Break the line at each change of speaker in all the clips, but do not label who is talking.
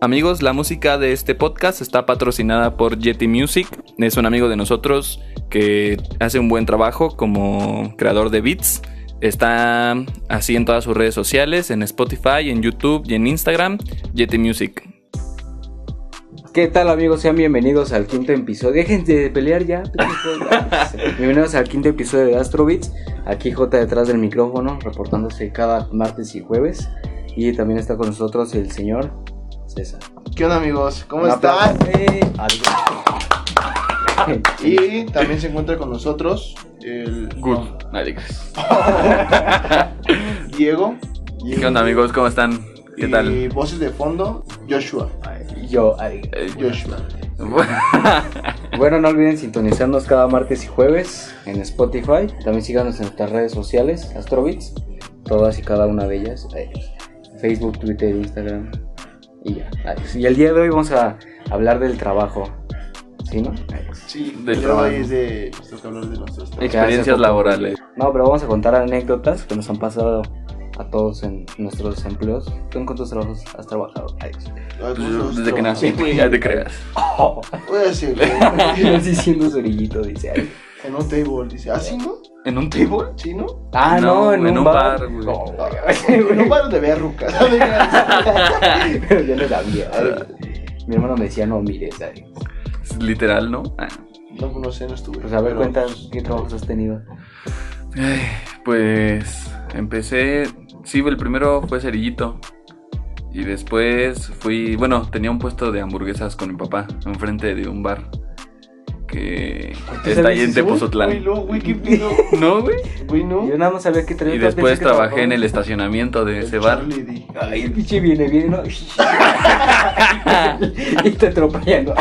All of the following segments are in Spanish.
Amigos, la música de este podcast está patrocinada por Yeti Music. Es un amigo de nosotros que hace un buen trabajo como creador de beats. Está así en todas sus redes sociales, en Spotify, en YouTube y en Instagram, Yeti Music.
¿Qué tal amigos? Sean bienvenidos al quinto episodio. Déjense de pelear ya. pendejos. bienvenidos al quinto episodio de Astrobits. Aquí J detrás del micrófono, reportándose cada martes y jueves. Y también está con nosotros el señor César.
¿Qué onda amigos? ¿Cómo
Un Eh, aplauso.
están? Y también se encuentra con nosotros el
Good. Alex.
Diego.
¿Qué onda, amigos? ¿Cómo están? ¿Qué
Y
tal?
voces de fondo, Joshua.
Y Yo, ay.
Eh, Joshua.
Bueno, no olviden sintonizarnos cada martes y jueves en Spotify. También síganos en nuestras redes sociales, Astrobits, todas y cada una de ellas. eh, Facebook, Twitter, Instagram. Y ya. Alex. Y el día de hoy vamos a hablar del trabajo. ¿Sí, no? Alex.
Sí,
Del
del
trabajo.
hoy es de. pues, tengo que hablar de nuestros trabajos.
Experiencias laborales.
No, pero vamos a contar anécdotas que nos han pasado a todos en nuestros empleos. ¿Tú en cuántos trabajos has trabajado, Alex?
Ay, pues, nuestros
Desde que
trabajos.
nací, ya te creas.
Voy a decir,
Estás diciendo zorillito, dice Alex.
en un table, dice, ¿ah, sí, no?
¿En un table?
¿Sí, no?
Ah, no, en, un bar.
güey.
No,
En un bar de verruca.
Yo no sabía. eh. Mi hermano me decía, no mires, eh". ¿sabes?
Es Literal, ¿no? Ah.
No, no sé, no estuve.
Pues a ver,
Pero,
cuentas qué trabajos has tenido.
Ay, Pues empecé, sí, el primero fue cerillito. Y después fui, bueno, tenía un puesto de hamburguesas con mi papá, enfrente de un bar que está ahí en
Uy, Güey,
Tepozotlán.
no, güey, qué pedo.
No, güey.
Güey, no.
Yo nada más sabía que traía
Y
yo pensé
después
que
trabajé en el
trabajaba-
estacionamiento de ese bar.
Charlie D.
Ay, el pinche viene, viene, ¿no? y te atropellando.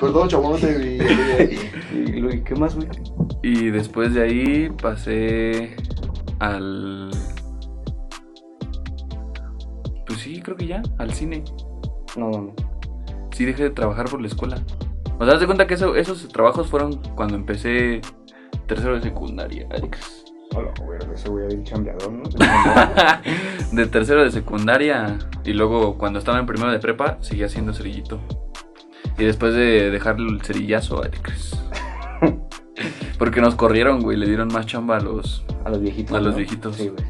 Perdón, chabón, no te vi.
Y luego, ¿y ¿Qué más, güey?
Y después de ahí pasé al... Pues sí, creo que ya, al cine.
No, mames.
sí dejé de trabajar por la escuela. O sea, haz de cuenta que eso- esos trabajos fueron cuando empecé tercero de secundaria, Alex.
Hola, güey, ese güey bien chambeador, ¿no?
de tercero de secundaria y luego cuando estaba en primero de prepa seguía haciendo cerillito. Y después de dejar el cerillazo, Alex. Porque nos corrieron, güey, le dieron más chamba a los...
A los viejitos.
A los
¿no?
viejitos.
Sí, güey.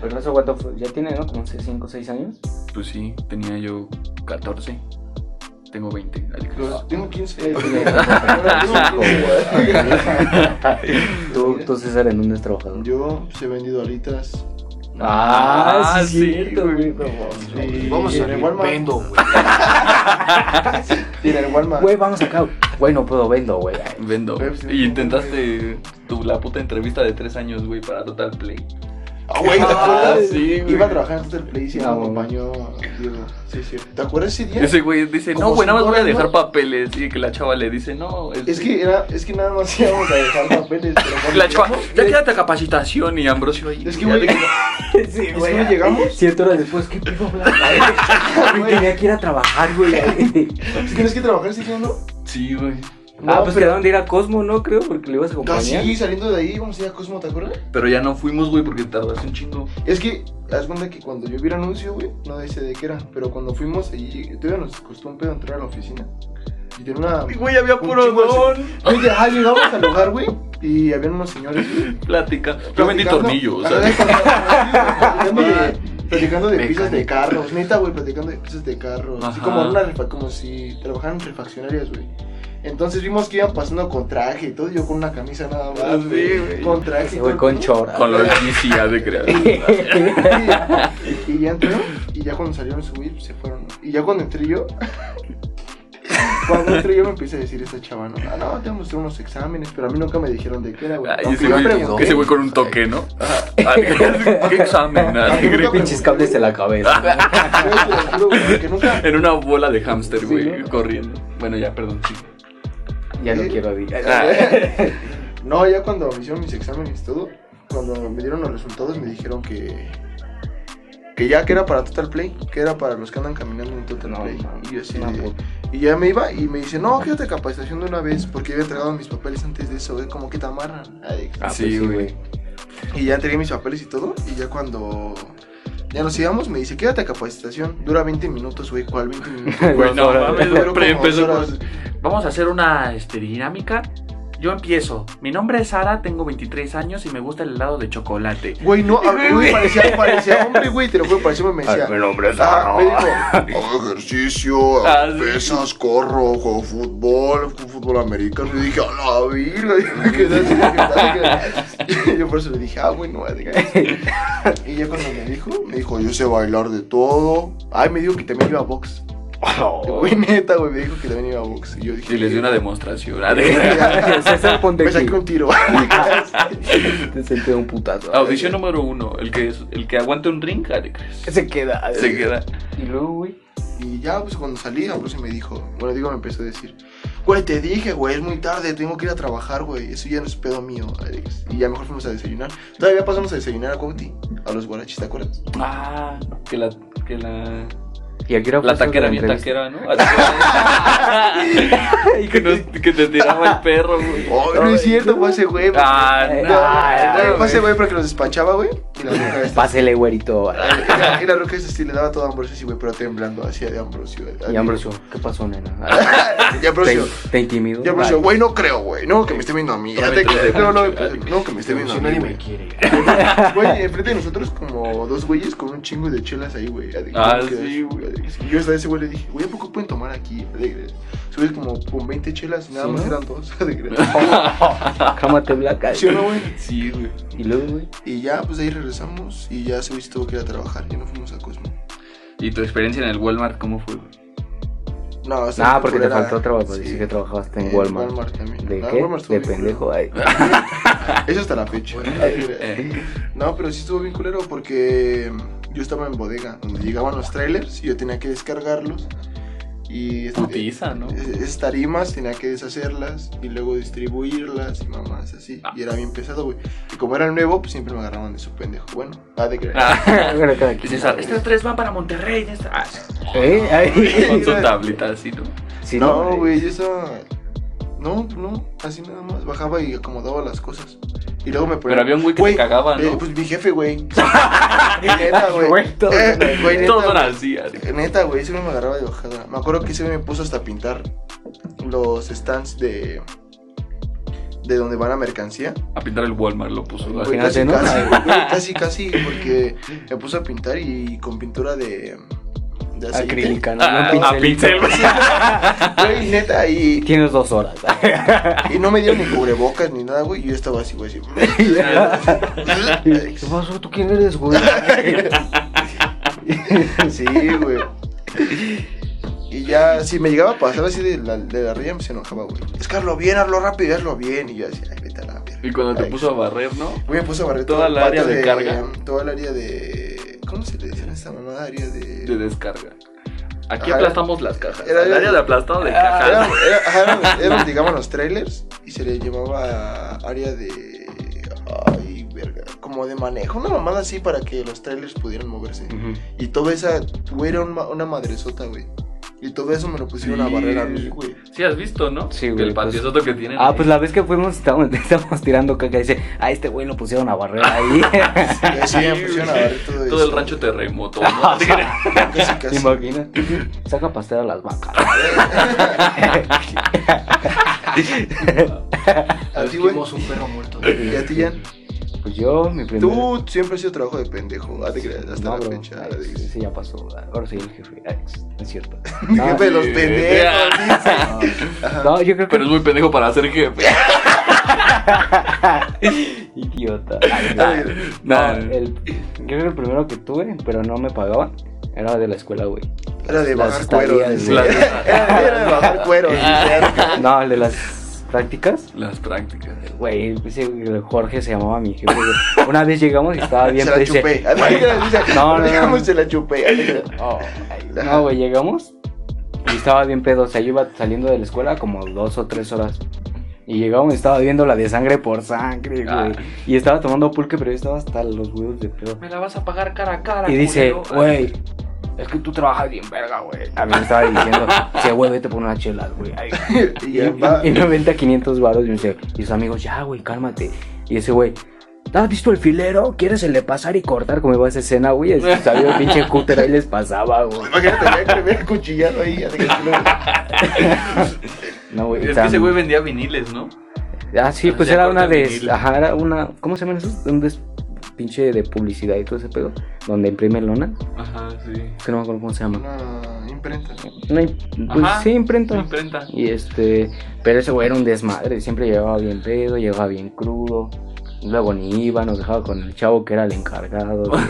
Pero eso, ¿cuánto fue? Ya tiene, ¿no? Como 5 o 6 años.
Pues sí, tenía yo 14. Tengo 20, Alex.
Los- Tengo 15.
Eh, Sí,
güey.
sí.
Tengo 15, güey.
Tú, tú, César, ¿en dónde has trabajado?
Yo pues, he vendido alitas.
Ah,
Ah,
sí,
sí,
cierto,
güey.
güey. no,
Y
Vamos a
en el Walmart.
vendo, güey.
Y en el Walmart.
Güey, vamos acá. Güey, no puedo, vendo, güey.
Vendo.
Pepsi.
Y intentaste tu, la puta entrevista de tres años, güey, para Total Play.
Ah, güey, ¿te
Ah,
acuerdas?
sí, güey.
Iba a trabajar en Total Play y me
No,
acompañó Diego. Sí, sí. ¿Te acuerdas ese día?
Ese güey dice,
Como
no, güey, nada más
cinco
voy a
años.
dejar papeles. Y que la chava le dice, no.
Es que era, es que nada más íbamos a dejar papeles. pero cuando
La chava,
llegamos-
ya quédate a capacitación. Y Ambrosio ahí.
Es que, güey,
Sí,
¿Es que no llegamos?
Siete horas después, ¿qué pido hablar? Güey, Ah, tenía que ir a trabajar, güey.
tienes que trabajar siguiendo.
Sí, güey.
ah, pues quedaron de ir a Cosmo, ¿no? Creo, porque le ibas a acompañar.
Así, saliendo de ahí, íbamos a ir a Cosmo, ¿te acuerdas?
Pero ya no fuimos, güey, porque tardaste un chingo.
Es que, haz cuenta que cuando yo vi el anuncio, güey, no dice de qué era. Pero cuando fuimos allí, todavía nos costó un pedo entrar a la oficina. Y tenía una.
Güey, había
puro don. Oye, ajá, llegamos al lugar, güey, y habían unos señores, güey.
Plática. Yo vendí
platicando-
tornillos.
Ajá,
¿sabes?
Platicando de, platicando de piezas de
Mecánico.
carros, neta, güey, platicando de piezas de carros. Así
Ajá.
como, en una refa- como si trabajaran en refaccionarias, güey. Entonces vimos que iban pasando con traje y todo, yo con una camisa nada
Ah,
más.
sí, güey.
Con traje. y
Ese güey
todo,
con
¿no?
chora.
Con los GC ya de crear.
Y, y ya entró, y ya cuando salieron a subir, se fueron. Y ya cuando entré yo. Cuando entré yo me empecé a decir esta chava, ¿no? Ah, no, tenemos que hacer unos exámenes, pero a mí nunca me dijeron de qué era, güey.
Ay,
Aunque
ese
yo
güey-
pregunté,
ese güey con un toque, ¿no? Ah, ¿Qué examen? Ah,
Aunque nunca
Pinches cables de la cabeza.
Güey, te lo juro, güey, que nunca.
En una bola de hámster,
Sí,
güey,
¿no?
corriendo. Bueno, ya, perdón, sí.
ya no quiero ir.
Ah.
No, ya cuando me hicieron mis exámenes y todo, cuando me dieron los resultados, me dijeron que. Que ya que era para Total Play, que era para los que andan caminando en Total
No,
Play.
no, Ah,
y yo así
no,
de-
por-
Y ya me iba y me dice, no, quédate a capacitación de una vez, porque yo había entregado mis papeles antes de eso, güey, como que te amarran. Alex.
Ah, pues
Sí, güey.
Y ya entregué mis papeles y todo, y ya cuando Ya nos íbamos, me dice, quédate a capacitación. Dura 20 minutos, güey. ¿Cuál 20 minutos?
Güey, no,
Dos horas.
mames,
Duró
güey,
como
empezó
dos
con-
horas.
Vamos a hacer una este, dinámica. Yo empiezo. Mi nombre es Sara, tengo 23 años y me gusta el helado de chocolate.
Güey, no, a- güey, parecía, parecía hombre, güey, te lo juro, parecía hombre, me decía.
Mi nombre es
Ah,
Dano.
me dijo, hago ejercicio,
Ah,
hago
sí.
pesas, corro, juego fútbol, juego fútbol americano. Y dije, a la vida, y me quedé así, me quedé así. Yo por eso le dije, ah, güey, no diga eso. Y ya cuando me dijo, me dijo, yo sé bailar de todo. Ay, me dijo que también iba a box. Güey, neta, güey, me dijo que también iba a box. Y yo dije,
Oh. Y les di una demostración. Ah, de-
César, ponte
me
aquí.
saqué un tiro.
Te senté un putazo.
Audición número uno. El que, es- el que aguante un ring, ah, de-
Se queda.
se queda.
Y luego, güey.
Y ya, pues cuando salí, Ambrosio me dijo, bueno, digo, me empezó a decir, güey, te dije, güey, es muy tarde, tengo que ir a trabajar, güey, eso ya no es pedo mío, Alex. Y ya mejor fuimos a desayunar. Todavía pasamos a desayunar a Cuauhti, a los guarachis, ¿te acuerdas?
Ah, que la. Que la.
Y aquí era
La taquera, bien taquera, ¿no? y que, nos- que te tiraba el perro, güey.
Oh, Eh, no es cierto, fue ese güey.
Ah,
No,
ay,
no, fue ese güey porque los despachaba, güey. Y la roca esta.
Pásele, güerito.
Y la- Y la roca esta sí le daba todo a Ambrosio, sí, güey, pero temblando hacia de Ambrosio.
Y Ambrosio, ¿qué pasó, nena?
Y Ambrosio.
Te, te intimido.
Y Ambrosio, güey, no creo, güey. No, que me esté viendo a mí. Ya te creo. No, no, no, que me esté viendo a mí.
nadie
güey.
me quiere.
Pues, Güey, enfrente de nosotros como dos güeyes con un chingo de chelas ahí, güey. Adicto,
Ah,
que-
sí, güey.
adicto. Y yo hasta ese güey le dije, güey, ¿a poco pueden tomar aquí? Adicto. Ese güey como con 20 chelas, nada
Sí,
más
¿no?
eran dos. adicto.
Cámate blanca.
¿Sí o no, güey?
Sí, güey.
Y luego, güey.
Y ya, pues ahí regresamos y ya ese güey se tuvo que ir a trabajar. Ya no fuimos a Cosmo.
¿Y tu experiencia en el Walmart cómo fue, güey?
No, hasta
Ah,
la
porque te
culera.
faltó trabajo.
Sí.
Dice que trabajaste en
En
Walmart.
Walmart también.
¿De
Ah,
qué?
Walmart estuvo
de
bien
pendejo. Ay.
Eso hasta la fecha.
Eh,
No, pero sí estuvo bien culero porque yo estaba en bodega, donde llegaban los trailers y yo tenía que descargarlos. Y
Putiza, ¿no?
es- es tarimas tenía que deshacerlas y luego distribuirlas y mamás así.
Ah.
Y era bien pesado, güey. Y como era nuevo, pues siempre me agarraban de su pendejo. Bueno, va de creer.
Ah,
bueno, cada quien.
Dices, "Ah, estas tres van para Monterrey. estas-". Ah,
¿Eh? Ay.
Con su tablita así, ¿no?
Sí,
no, güey, yo estaba. No, pues, no, así nada más. Bajaba y acomodaba las cosas. Y luego me ponía.
Pero había un güey que se cagaba,
eh,
¿no?
pues mi jefe, güey. neta, güey.
Güey, todo-
Eh, güey, neta,
Todos son
güey.
así, así.
Neta, güey, ese güey me agarraba de bajada. Me acuerdo que ese güey me puso hasta a pintar los stands de. de donde van la mercancía.
A pintar el Walmart lo puso.
Güey,
así.
Imagínate,
casi,
¿no?
casi, güey, casi, casi, porque me puso a pintar y con pintura de. de aceite.
Acrílica, ¿no?
Ah,
Un
a
pincelito.
pincel, güey.
Güey, neta, y,
Tienes dos horas.
y no me dieron ni cubrebocas ni nada, güey. y Yo estaba así, güey, así.
¿Qué pasó? ¿Tú quién eres, güey?
Sí, güey. Y ya, si me llegaba a pasar así de la, de la raya, me se enojaba, güey. Es que hazlo bien, hazlo rápido, hazlo bien. Y yo decía, ay, vete a la verga.
Y cuando te
Ay,
puso a barrer, ¿no?
Güey, me puse a barrer
Toda
el
la
patio
área de carga.
Toda el área de. ¿Cómo se le dice a esta mamada? Área de.
De descarga. Aquí
Ajá.
aplastamos las cajas.
Era- Ah.
El área de aplastado de
Era-
cajas.
era- ajá, eran- eran, digamos, los trailers y se le llamaba área de. Ay, verga. Como de manejo. Una mamada así para que los trailers pudieran moverse. Y toda esa. Güey, era un ma- una madresota, güey. Y todo eso me lo pusieron a
Sí.
barrer a mí, güey.
Sí, has visto, ¿no?
Sí, güey,
El
pues-
patiozoto que tienen.
Ah,
ahí.
pues la vez que fuimos, estábamos, estábamos tirando caca. Dice, ah, este güey lo pusieron a barrer ahí.
Y sí, me pusieron a barrer todo,
Todo
eso.
el rancho terremoto. ¿no? Sí,
Casi,
¿Te
casi.
imaginas? Saca pastel a las vacas.
A ti, güey.
Vimos un perro muerto.
Y a ti, Jan.
Pues yo, mi primer.
Tú siempre has sido trabajo de pendejo. ah, te creas, Hasta
No,
la
bro.
fecha.
Ay,
ahora dices.
Ese ya pasó. Ahora soy el jefe. Ay, No es cierto.
Mi
No,
jefe de los
sí.
pendejos, dice.
no, yo creo que.
Pero es muy pendejo para ser jefe.
Idiota. Ay, no. No,
Nah.
el, yo creo que el primero que tuve, pero no me pagaban, era de la escuela, güey.
Era de
Las
bajar
estadías,
cuero.
Ah,
dice.
güey.
Era era de bajar cuero. dice.
No, el de las prácticas.
Las prácticas.
Güey, ese Jorge se llamaba mi jefe. güey. Una vez llegamos y estaba bien,
Se
pero
la
dice,
chupé. Dice,
No, no, no.
digamos, Se la chupé.
Oh, ay, no, güey, llegamos y estaba bien pedo. O sea, yo iba saliendo de la escuela como dos o tres horas. Y llegamos y estaba viendo la de sangre por sangre, güey.
Ah.
Y estaba tomando pulque, pero yo estaba hasta los huevos de pedo.
Me la vas a pagar cara a cara.
Y dice,
culero.
güey, es que tú trabajas bien verga, güey. A mí me estaba diciendo, dice, güey, vete por unas chelas, güey. Ay,
Y
Y,
ya va.
y me venta 500 baros y me dice, y sus amigos, ya, güey, cálmate. Y ese güey, ¿Has visto el filero? ¿Quieres el de pasar y cortar? Como iba esa escena, güey. Es- Sabía el pinche cúter ahí les pasaba, güey.
Imagínate, ya que me hubiera cuchillado ahí. ya de que sí lo-
No, güey.
Es que
tan-
ese güey vendía viniles, ¿no?
Ah, sí, pues
hacía
era una
corte
de.
vinil.
Ajá, era una. ¿Cómo se llaman esos? Un des- pinche de publicidad y todo ese pedo. Donde imprimen lona.
Ajá, sí.
Que no me acuerdo cómo se llama.
Una imprenta.
Una im- pues,
Ajá,
sí, imprenta.
imprenta.
Y este, pero ese güey era un desmadre, siempre llegaba bien pedo, llegaba bien crudo. Luego ni iba, nos dejaba con el chavo que era el encargado. güey.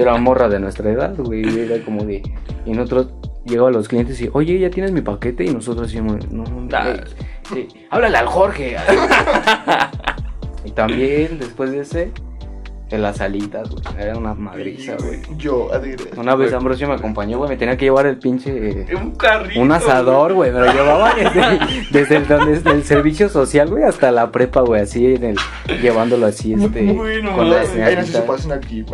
Era morra de nuestra edad, güey. Era como de. Y nosotros llegaba a los clientes y, oye, ya tienes mi paquete. Y nosotros decíamos, no, no,
Ah.
güey, sí, háblale al Jorge. y también, después de ese, en las alitas, güey. Era una madriza, güey.
Yo, a decir,
Una vez Ambrosio me acompañó, güey. Me tenía que llevar el pinche. eh,
Un carrito.
un asador, güey, me lo llevaba desde, desde el, donde- desde el servicio social, güey, hasta la prepa, güey, así en el, llevándolo así, este,
Bueno,
con la
mames.
Ay, no sé si
señal. Ah.
pasan aquí.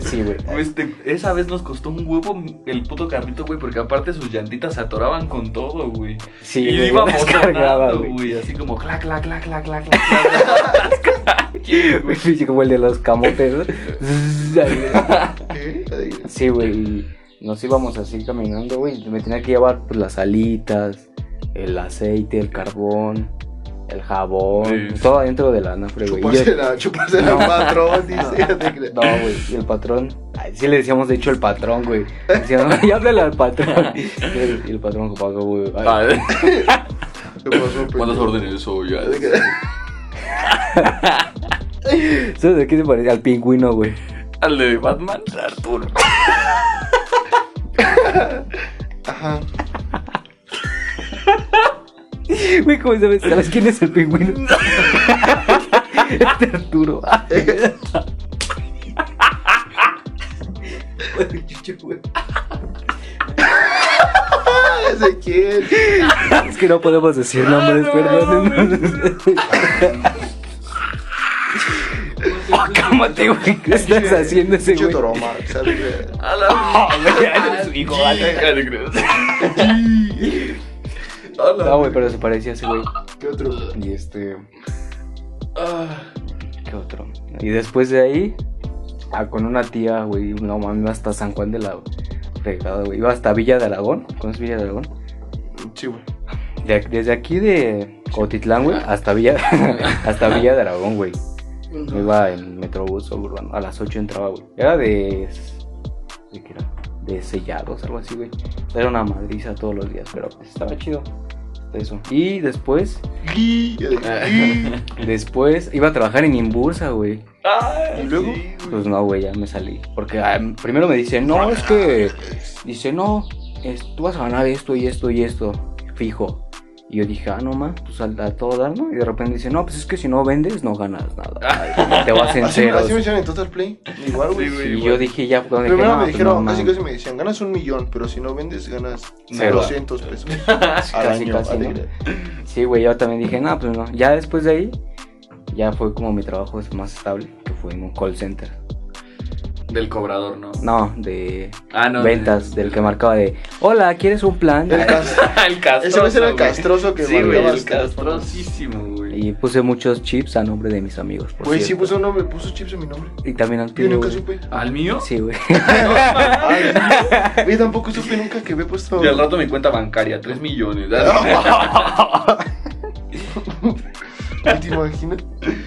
sí, güey.
Pues, te- esa vez nos costó un huevo el puto carrito, güey, porque aparte sus llantitas se atoraban con todo, güey.
Sí,
y
güey,
íbamos
las cargaba,
cargando,
güey.
güey, así como clac, clac, clac, clac, clac, clac, clac, clac. ¿Qué, güey?
Sí, Como el de los camotes. ¿no?
¿Qué?
sí, güey, y nos íbamos así caminando, güey, me tenía que llevar pues, las alitas, el aceite, el carbón, el jabón,
Sí.
todo adentro de la anafre, güey. Y yo-
Chuparse la, chuparse la patrón, dice. ya te creas.
No, güey, y el patrón. Ay, sí le decíamos, de hecho, el patrón, güey. Decíamos, ya háblale al patrón. Y el, y el patrón, como acá, güey. ay,
Ah,
Te pasó, pero-
¿Cuántas órdenes soy?
Ya te creas.
¿Sabes de qué se parece? Al pingüino, güey.
Al de Batman, Arturo.
Ajá.
Güey, ¿cómo sabes? ¿Sabes quién es el pingüino? Este Arturo. Ay, güey, chucho, güey.
¿Ese quién?
Es que no podemos
Ah,
decir nombres, perdón. Ah, cálmate, güey. ¿Qué estás haciendo ese
Pinche
güey?
Toromax, ya te creas.
A la
Hijo, vale, ya le creo.
No, güey, pero se parecía a ese güey.
¿Qué otro?
Y este.
Ah,
¿Qué otro? Y después de ahí, ah, con una tía, güey, no mami, iba hasta San Juan de la Fregada, güey. Iba hasta Villa de Aragón. ¿Conoces Villa de Aragón?
Sí, güey.
De- desde aquí de Cotitlán, güey, hasta Villa, hasta Villa de Aragón, güey. Me Iba en Metrobús urbano. A las 8 entraba, güey. Era de. ¿De qué era? De sellados, algo así, güey. Era una madriza todos los días, pero pues, estaba chido. Eso. Y después,
Gui, ya te creas. Gui.
después iba a trabajar en Imbursa, güey.
ah,
¿Y luego?
sí, güey.
Pues no, güey, ya me salí. Porque ah, primero me dice, no, es que. Dice, no, es- tú vas a ganar esto y esto y esto, fijo. Y yo dije, ah, no, ma, pues al- a, todo dar, ¿no? Y de repente dice, no, pues es que si no vendes, no ganas nada. Ay, Te vas en
Así me-
ceros.
así me hicieron en Total Play. Igual, güey.
Sí, güey.
Y yo dije, ya, cuando dije,
Primero
no,
me
pues, no,
dijeron,
ma.
casi casi me decían, ganas un millón, pero si no vendes, ganas
Cero.
200 pesos al
Casi,
año.
casi,
ya te
¿no?
creas.
Sí, güey, yo también dije, no, pues no. Ya después de ahí, ya fue como mi trabajo más estable, que fue en un call center.
Del cobrador, ¿no?
No, de
Ah, no.
ventas, del que marcaba de, hola, ¿quieres un plan?
El cas-
el castroso.
Ese vez era el
güey.
castroso que
Sí, güey,
marcaba
el
las-
castrosísimo, güey.
Y puse muchos chips a nombre de mis amigos. por
Güey, sí
cierto.
puso un nombre, puso chips en mi nombre.
Y también al
Yo
tuyo,
nunca
güey.
supe.
¿Al mío?
Sí, güey.
Ay, yo tampoco supe nunca que había puesto.
Y al rato mi cuenta bancaria, 3 millones. Ah,
¿Te imaginas? ¿Qué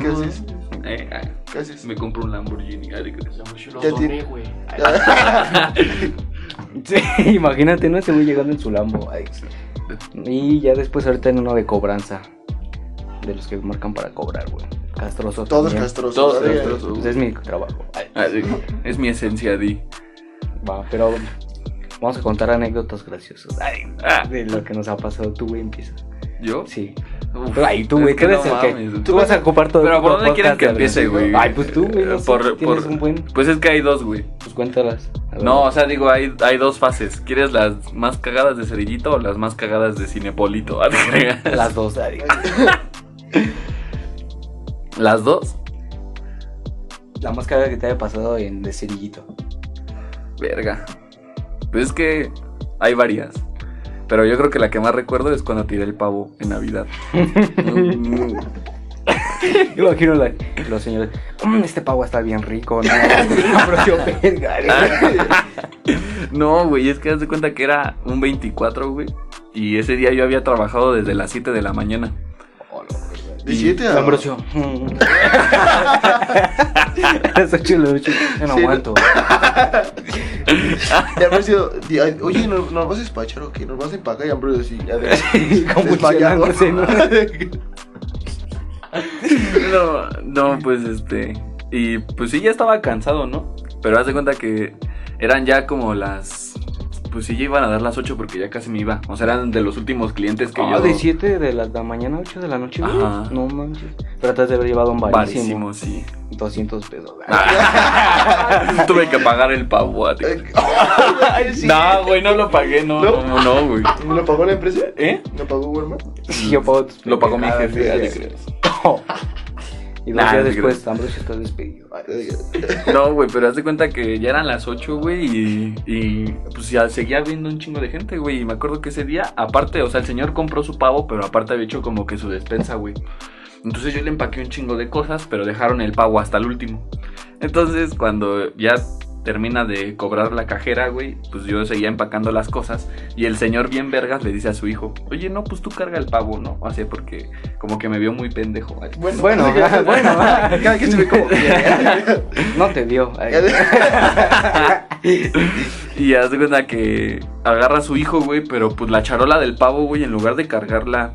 Dudo.
haces?
Eh, ah,
¿Qué haces?
me compro un Lamborghini. Ay, de que te llamo, yo lo
Ya
doné,
tiene-
güey.
Sí, imagínate, ¿no? Ese güey llegando en su Lambo. ay. Y ya después ahorita en uno de cobranza. De los que marcan para cobrar, güey. Castroso.
Todos
también.
castrosos.
Todos
Ay, ay, ay.
castrosos.
Pues es mi trabajo. ay.
Ah, de que Es mi esencia, Di.
Va, pero vamos a contar anécdotas graciosas. ay,
Ah,
de lo que nos ha pasado. Tú, güey, empieza.
¿Yo?
Sí.
Uf,
Ay, tú,
es
güey,
que
¿qué eres
no
el que?
mames.
Tú vas a ocupar todo
Pero ¿por
todo
dónde quieren
podcast,
que
güey.
empiece, güey? Eh,
Ay, pues tú, güey. No sé,
Por-
tienes
por-
un buen.
Pues es que hay dos, güey.
Pues cuéntalas. A ver.
No, o sea, digo, hay, hay dos fases. ¿Quieres las más cagadas de Cerillito o las más cagadas de Cinepolito? Ah, te creas.
Las dos, ay.
¿Las dos?
La más cara que te haya pasado en de cerillito.
Verga. Pues es que hay varias. Pero yo creo que la que más recuerdo es cuando tiré el pavo en Navidad. Mm, mm.
Imagino la, los señores. "Mm, este pavo está bien rico, ¿no? Pero yo, verga,
No, güey, es que haz de cuenta que era un 24, güey. Y ese día yo había trabajado desde las 7 de la mañana.
De 7 a.
Ambrosio. "Mm". Está chulo, chulo. Yo no
Sí,
aguanto.
De Ambrosio. di- ay, Oye, ¿nos, nos vas a despachar o qué? ¿Nos vas a empacar? Y Ambrosio sí. Ya de, desmayado.
Convulsionándose, ¿no?
No, no, pues este. Y pues sí, ya estaba cansado, ¿no? Pero haz de cuenta que eran ya como las. Pues sí, ya iban a dar las 8 porque ya casi me iba. O sea, eran de los últimos clientes que
Ah,
yo.
de 7 de la, la mañana a 8 de la noche, güey.
Ajá.
No manches. Pero te has de haber llevado un barísimo. Ah,
Barísimo, sí.
200 pesos.
Tuve que pagar el pavo. ah, tío.
Ay, sí.
No, güey, no lo pagué, no,
¿No?
no, no, no, güey.
¿Me lo pagó la empresa?
¿Eh?
¿Lo pagó Walmart?
Sí, yo pago tus
Lo pagó mi
Ah,
jefe,
sí,
ah, ¿te
sí.
crees?
Y dos
Nah,
días
no te
después, Ambrosio está despedido.
Ay,
No, güey, pero haz de cuenta que ya eran las 8, güey, y, y, pues ya seguía viendo un chingo de gente, güey. Y me acuerdo que ese día, aparte, o sea, el señor compró su pavo, pero aparte había hecho como que su despensa, güey. Entonces yo le empaqué un chingo de cosas, pero dejaron el pavo hasta el último. Entonces, cuando ya termina de cobrar la cajera, güey, pues yo seguía empacando las cosas. Y el señor bien vergas le dice a su hijo, oye, no, pues tú carga el pavo, ¿no? Así porque como que me vio muy pendejo. ay.
Bueno,
Bueno,
cada-
bueno.
Cada quien se ve como quiere.
No te dio. eh. Ay.
Y haz de cuenta que agarra a su hijo, güey, pero pues la charola del pavo, güey, en lugar de cargarla...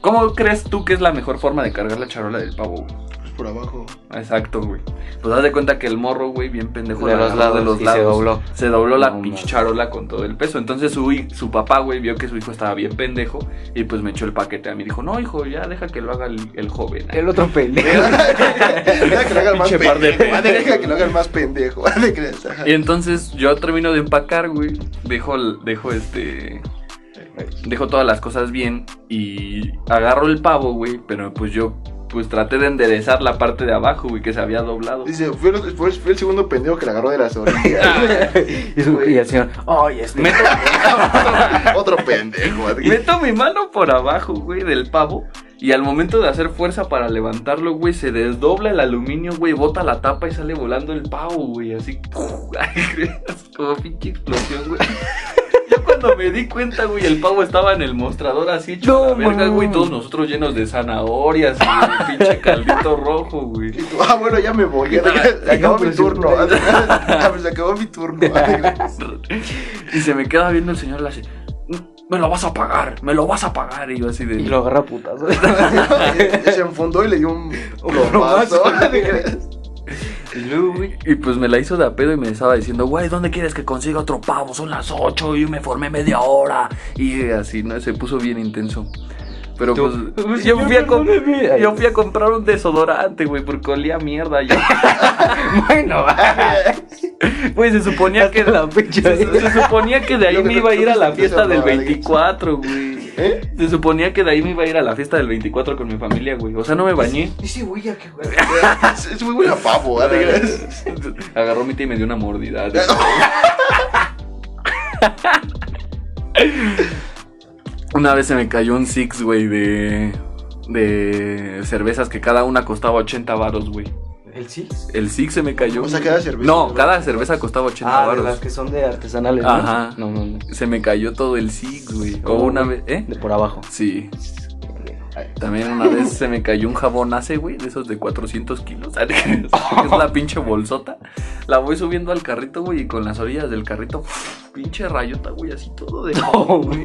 ¿Cómo crees tú que es la mejor forma de cargar la charola del pavo, güey?
Pues Por abajo.
Exacto, güey. Pues haz de cuenta que el morro, güey, bien pendejo,
De
la
los
agarró
lados. y se dobló.
Se dobló la
No,
pinche
no.
charola con todo el peso. Entonces su, hi- su papá, güey, vio que su hijo estaba bien pendejo y pues me echó el paquete a mí. Dijo, no, hijo, ya deja que lo haga el, el joven.
El otro pendejo.
Deja que lo haga el más
Pinche par de
pendejo. Deja
pendejos.
que lo haga el más pendejo. ¿Te crees? Ajá.
Y entonces yo termino de empacar, güey. Dejo, el- dejo este. Dejo todas las cosas bien y agarro el pavo, güey. Pero pues yo, pues traté de enderezar la parte de abajo, güey, que se había doblado.
Dice, fue, lo- fue- fue el segundo pendejo que le agarró de las orillas.
Y, su- y el señor, ay, este.
Meto,
Otro pendejo.
meto mi mano por abajo, güey, del pavo. Y al momento de hacer fuerza para levantarlo, güey, se desdobla el aluminio, güey, bota la tapa y sale volando el pavo, güey, así. como pinche explosión, güey. Yo cuando me di cuenta, güey, el pavo estaba en el mostrador así hecho
No,
a la verga,
man.
güey, todos nosotros llenos de zanahorias y de pinche caldito rojo, güey.
Y tú, Ah, bueno, ya me voy. ya te crees. Se acabó mi turno. Ah, pues, Se acabó mi turno. Ah, ¿te crees?
Y se me queda viendo el señor la me lo vas a pagar, me lo vas a pagar. Y yo así de...
Y lo agarra a putazo.
Se enfundó y le dio un
Un
plomazo.
plomazo.
¿te crees?
Y luego, güey, Y pues me la hizo de a pedo y me estaba diciendo, güey, ¿dónde quieres que consiga otro pavo? Son las 8 y me formé media hora. Y así, ¿no? Se puso bien intenso. Pero
Tú,
pues yo
"Señor,
fui, a com-
perdóneme". Ay,
yo fui a comprar un desodorante, güey, porque olía a mierda. Yo.
Bueno,
Güey, se suponía que
que la pinche.
Se, se suponía que de ahí me iba a ir a la fiesta del 24, güey.
¿Eh?
Se suponía que de ahí me iba a ir a la fiesta del 24 con mi familia, güey. O sea, no me bañé.
Ese güey a qué güey. Es es muy buena pavo. ¿ah, ¿te crees?
Agarró mi tía y me dio una mordida. Una vez se me cayó un six, güey, de. de cervezas que cada una costaba 80 varos, güey.
¿El Six?
El six se me cayó.
O sea,
güey.
cada cerveza.
No, cada cerveza costaba 80
Ah, de
varos.
las que son de artesanales. ¿no?
Ajá.
No, no, no.
Se me cayó todo el six, güey. O
¿Cómo,
una
Oh, güey?
vez. ¿Eh?
De por abajo.
Sí. También una vez se me cayó un jabón ace, güey, de esos de 400 kilos. Es la pinche bolsota. La voy subiendo al carrito, güey, y con las orillas del carrito, pinche rayota, güey, así todo de.
Oh,
güey.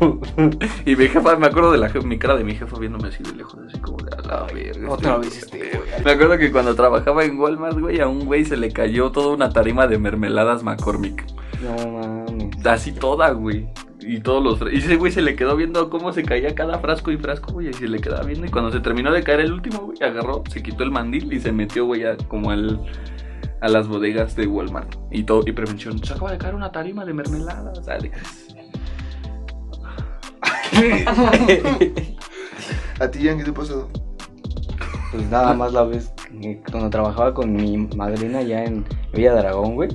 Y mi jefa, me acuerdo de la je- mi cara de mi jefa viéndome así de lejos, así como de a la verga.
Otra
este
vez este, güey.
me acuerdo que cuando trabajaba en Walmart, güey, a un güey se le cayó toda una tarima de mermeladas McCormick.
No mames.
Así toda, güey. Y todos los. fra- Y ese güey se le quedó viendo cómo se caía cada frasco y frasco, güey. Y se le quedaba viendo. Y cuando se terminó de caer el último, güey, agarró, se quitó el mandil y se metió, güey, a- como al, a las bodegas de Walmart. Y todo. Y prevención. Se acaba de caer una tarima de mermelada. ¿sale?
¿A ti, Jan, qué te pasó?
Pues nada más la vez que- cuando trabajaba con mi madrina allá en Villa de Aragón, güey.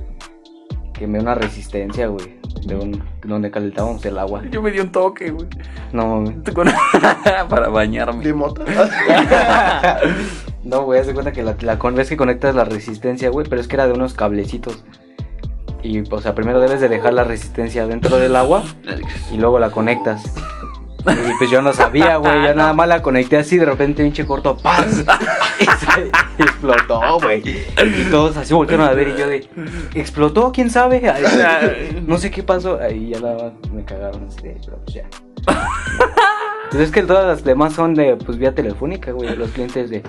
Quemé una resistencia, güey. De un, donde calentábamos el agua.
Yo me di un toque, güey.
No mames.
Con- Para bañarme.
¿De mota?
No, güey, haz de cuenta que la, la con- ves que conectas la resistencia, güey, pero es que era de unos cablecitos. Y, o sea, primero debes de dejar la resistencia dentro del agua y luego la conectas. Y pues yo no sabía, güey, yo nada más la conecté así, de repente pinche corto, ¡pam! Y se- y explotó, güey. Y todos así volvieron a ver y yo de, ¿explotó? ¿Quién sabe? Ay, o sea, no sé qué pasó. Ahí ya nada más me cagaron así, de, pero pues ya. Entonces es que todas las demás son de, pues, vía telefónica, güey, los clientes de...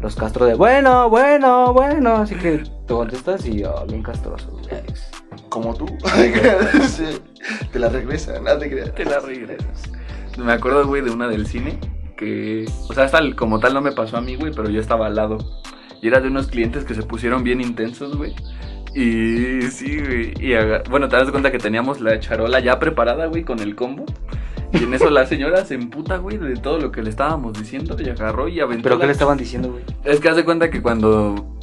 Los castros de bueno, bueno, bueno. Así que tú contestas y oh, bien castroso, güey.
Como tú. Sí. Te la ¿eh? regresa, nada te creas.
Te la regresas. Me acuerdo, güey, de una del cine que, o sea, hasta el- como tal no me pasó a mí, güey, pero yo estaba al lado. Y era de unos clientes que se pusieron bien intensos, güey. Y sí, güey. Y aga- bueno, te das cuenta que teníamos la charola ya preparada, güey, con el combo. Y en eso la señora se emputa, güey, de todo lo que le estábamos diciendo y agarró y aventó.
¿Pero qué
la-
le estaban diciendo, güey?
Es que haz de cuenta que cuando,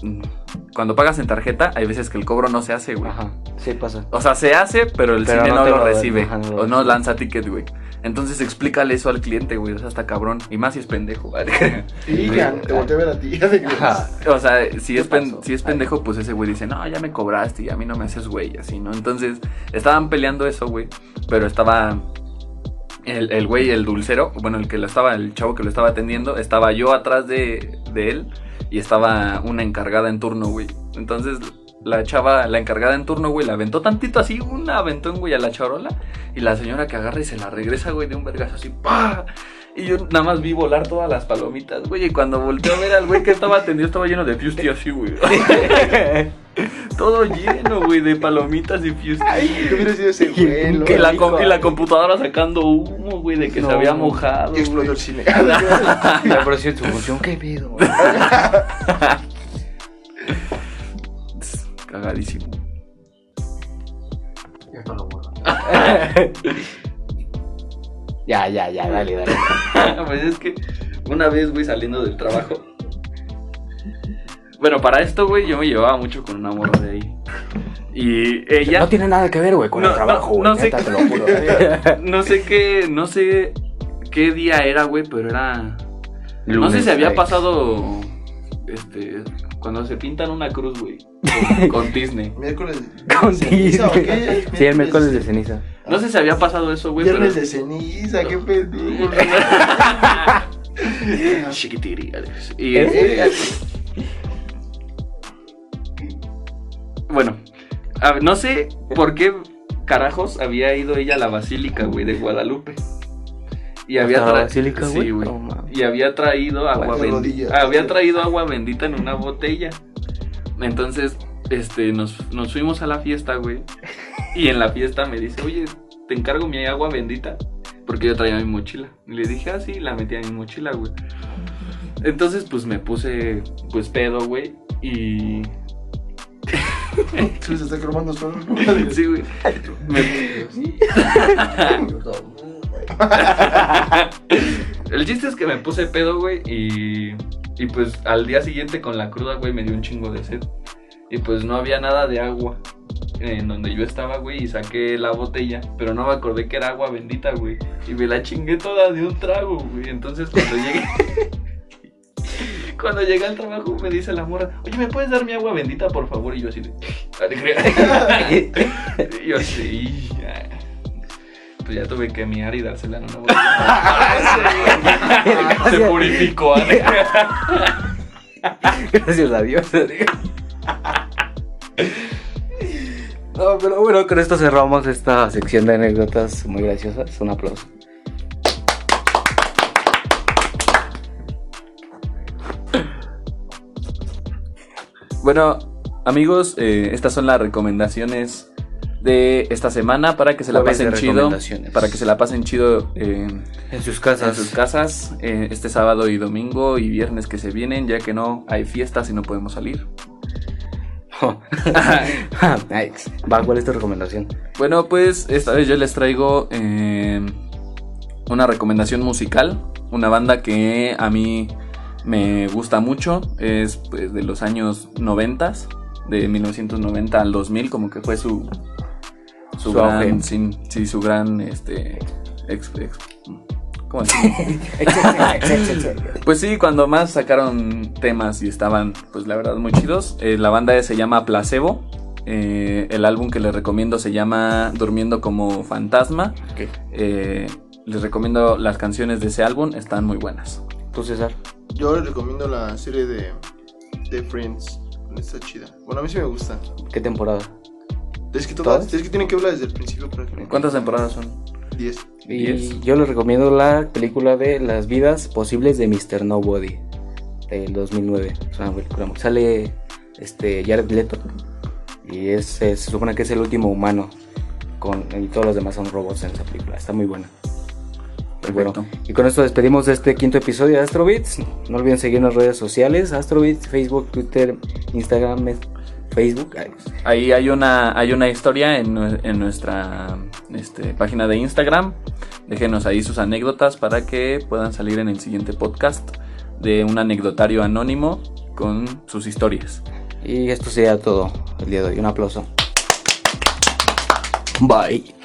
cuando pagas en tarjeta, hay veces que el cobro no se hace, güey.
Ajá, sí pasa.
O sea, se hace, pero el
Pero
cine
no
no,
te
lo,
lo-
recibe.
ajá, no lo
o no
recibe.
lanza ticket, güey. Entonces explícale eso al cliente, güey. O sea, está cabrón. Y más si es pendejo, ¿vale?
Y ya, te volteé a ver a ti, ya te creas.
O sea, si
¿Qué
es, pen-
pasó?
si es pendejo, pues ese güey dice, no, ya me cobraste y a mí no me haces güey, así, ¿no? Entonces, estaban peleando eso, güey. Pero estaba el, el güey, el dulcero, bueno, el que lo estaba, el chavo que lo estaba atendiendo, estaba yo atrás de, de él y estaba una encargada en turno, güey. Entonces, la chava, la encargada en turno, güey, la aventó tantito así, un aventón, güey, a la charola. Y la señora que agarra y se la regresa, güey, de un vergazo así, ¡pa! Y yo nada más vi volar todas las palomitas, güey. Y cuando volteé a ver al güey que estaba atendido, estaba lleno de fusti así, güey. Todo lleno, güey, de palomitas y fusti.
Ay, yo hubiera sido ese güey. lo-
Y la,
rico,
com- y la computadora sacando humo, güey, de que
No,
se había
güey.
mojado.
Y
güey.
explotó el cine. Yo
La presión, su función, qué pedo, güey?
Cagadísimo.
no lo muevo.
Ya, ya, ya, dale, dale.
pues es que una vez, güey, saliendo del trabajo. Bueno, para esto, güey, yo me llevaba mucho con una morra de ahí. Y ella.
No tiene nada que ver, güey, con
No,
el
no,
trabajo, güey.
no sé
neta,
qué-
te lo juro.
No sé qué. No sé qué día era, güey, pero era. No sé
Lunes,
si había
güey.
pasado. Este. Cuando se pintan una cruz, güey. con- Con Disney.
Miércoles.
Con
de ceniza, ¿o qué?
Disney. Sí, el miércoles de ceniza.
No sé si había pasado eso, güey, pero.
Viernes de ceniza, qué pendejo.
Chiquitiri, Alex. Y
Eh,
Bueno, a- no sé por qué carajos había ido ella a la basílica, güey, de Guadalupe. Y había
Hasta la
tra-
basílica, güey.
Sí,
No mames.
y había traído agua
Las
bendita.
rodillas.
Había traído agua bendita en una botella. Entonces, este, nos, nos fuimos a la fiesta, güey. Y en la fiesta me dice, oye, te encargo mi agua bendita. Porque yo traía mi mochila. Y le dije, ah, sí, la metí en mi mochila, güey. Entonces, pues me puse, pues pedo, güey. Y
Se está cromando solo.
Sí, güey. Me- El chiste es que me puse pedo, güey, y, y pues al día siguiente con la cruda, güey, me dio un chingo de sed. Y pues no había nada de agua en donde yo estaba, güey, y saqué la botella, pero no me acordé que era agua bendita, güey. Y me la chingué toda de un trago, güey. Entonces cuando llegué... Cuando llegué al trabajo me dice la morra, oye, ¿me puedes dar mi agua bendita, por favor? Y yo así de... "Ah, te creo". y yo así... "Ah". Pues ya tuve que miar y dársela en una botella. Ah, Se purificó. ¿no?
Gracias a Dios. No, pero bueno, con esto cerramos esta sección de anécdotas muy graciosas. Un aplauso.
bueno, amigos, eh, estas son las recomendaciones de esta semana para que se la
Jueves de
pasen chido.
recomendaciones.
Para que se la pasen chido eh,
En sus
en
casas.
sus casas eh, este sábado y domingo y viernes que se vienen, ya que no hay fiestas y no podemos salir.
Nice. Ah, Va, ¿cuál es tu recomendación?
Bueno, pues esta vez yo les traigo eh, una recomendación musical. Una banda que a mí me gusta mucho. Es pues, de los años 90. de 1990 al 2000, como que fue su, su,
Su auge.
gran, sin- sí, su gran, este, ex- ex- ¿cómo decirlo? pues sí, cuando más sacaron temas y estaban, pues la verdad, muy chidos. Eh, la banda se llama Placebo. Eh, el álbum que les recomiendo se llama Durmiendo como Fantasma.
Ok.
Eh, les recomiendo las canciones de ese álbum, están muy buenas.
Tú, César.
Yo les recomiendo la serie de, de Friends. Está chida. Bueno, a mí sí me gusta.
¿Qué temporada?
Es que, todas,
¿Todas?
es que tienen que hablar desde el principio para el final.
¿Cuántas temporadas son?
10.
Y
Diez.
yo les recomiendo la película de Las vidas posibles de Mr. Nobody del 2009. Es una película muy- Sale este Jared Leto y es, eh, se supone que es el último humano con y todos los demás son robots en esa película. Está muy buena. Muy bueno.
Perfecto.
Y con esto despedimos de este quinto episodio de Astrobits. No olviden seguir en las redes sociales, Astrobits, Facebook, Twitter, Instagram, es- Facebook. ay,
Ahí hay una, hay una historia en, nue- en nuestra este, página de Instagram. Déjenos ahí sus anécdotas para que puedan salir en el siguiente podcast de un anecdotario anónimo con sus historias.
Y esto sería todo el día de hoy. Un aplauso. Bye.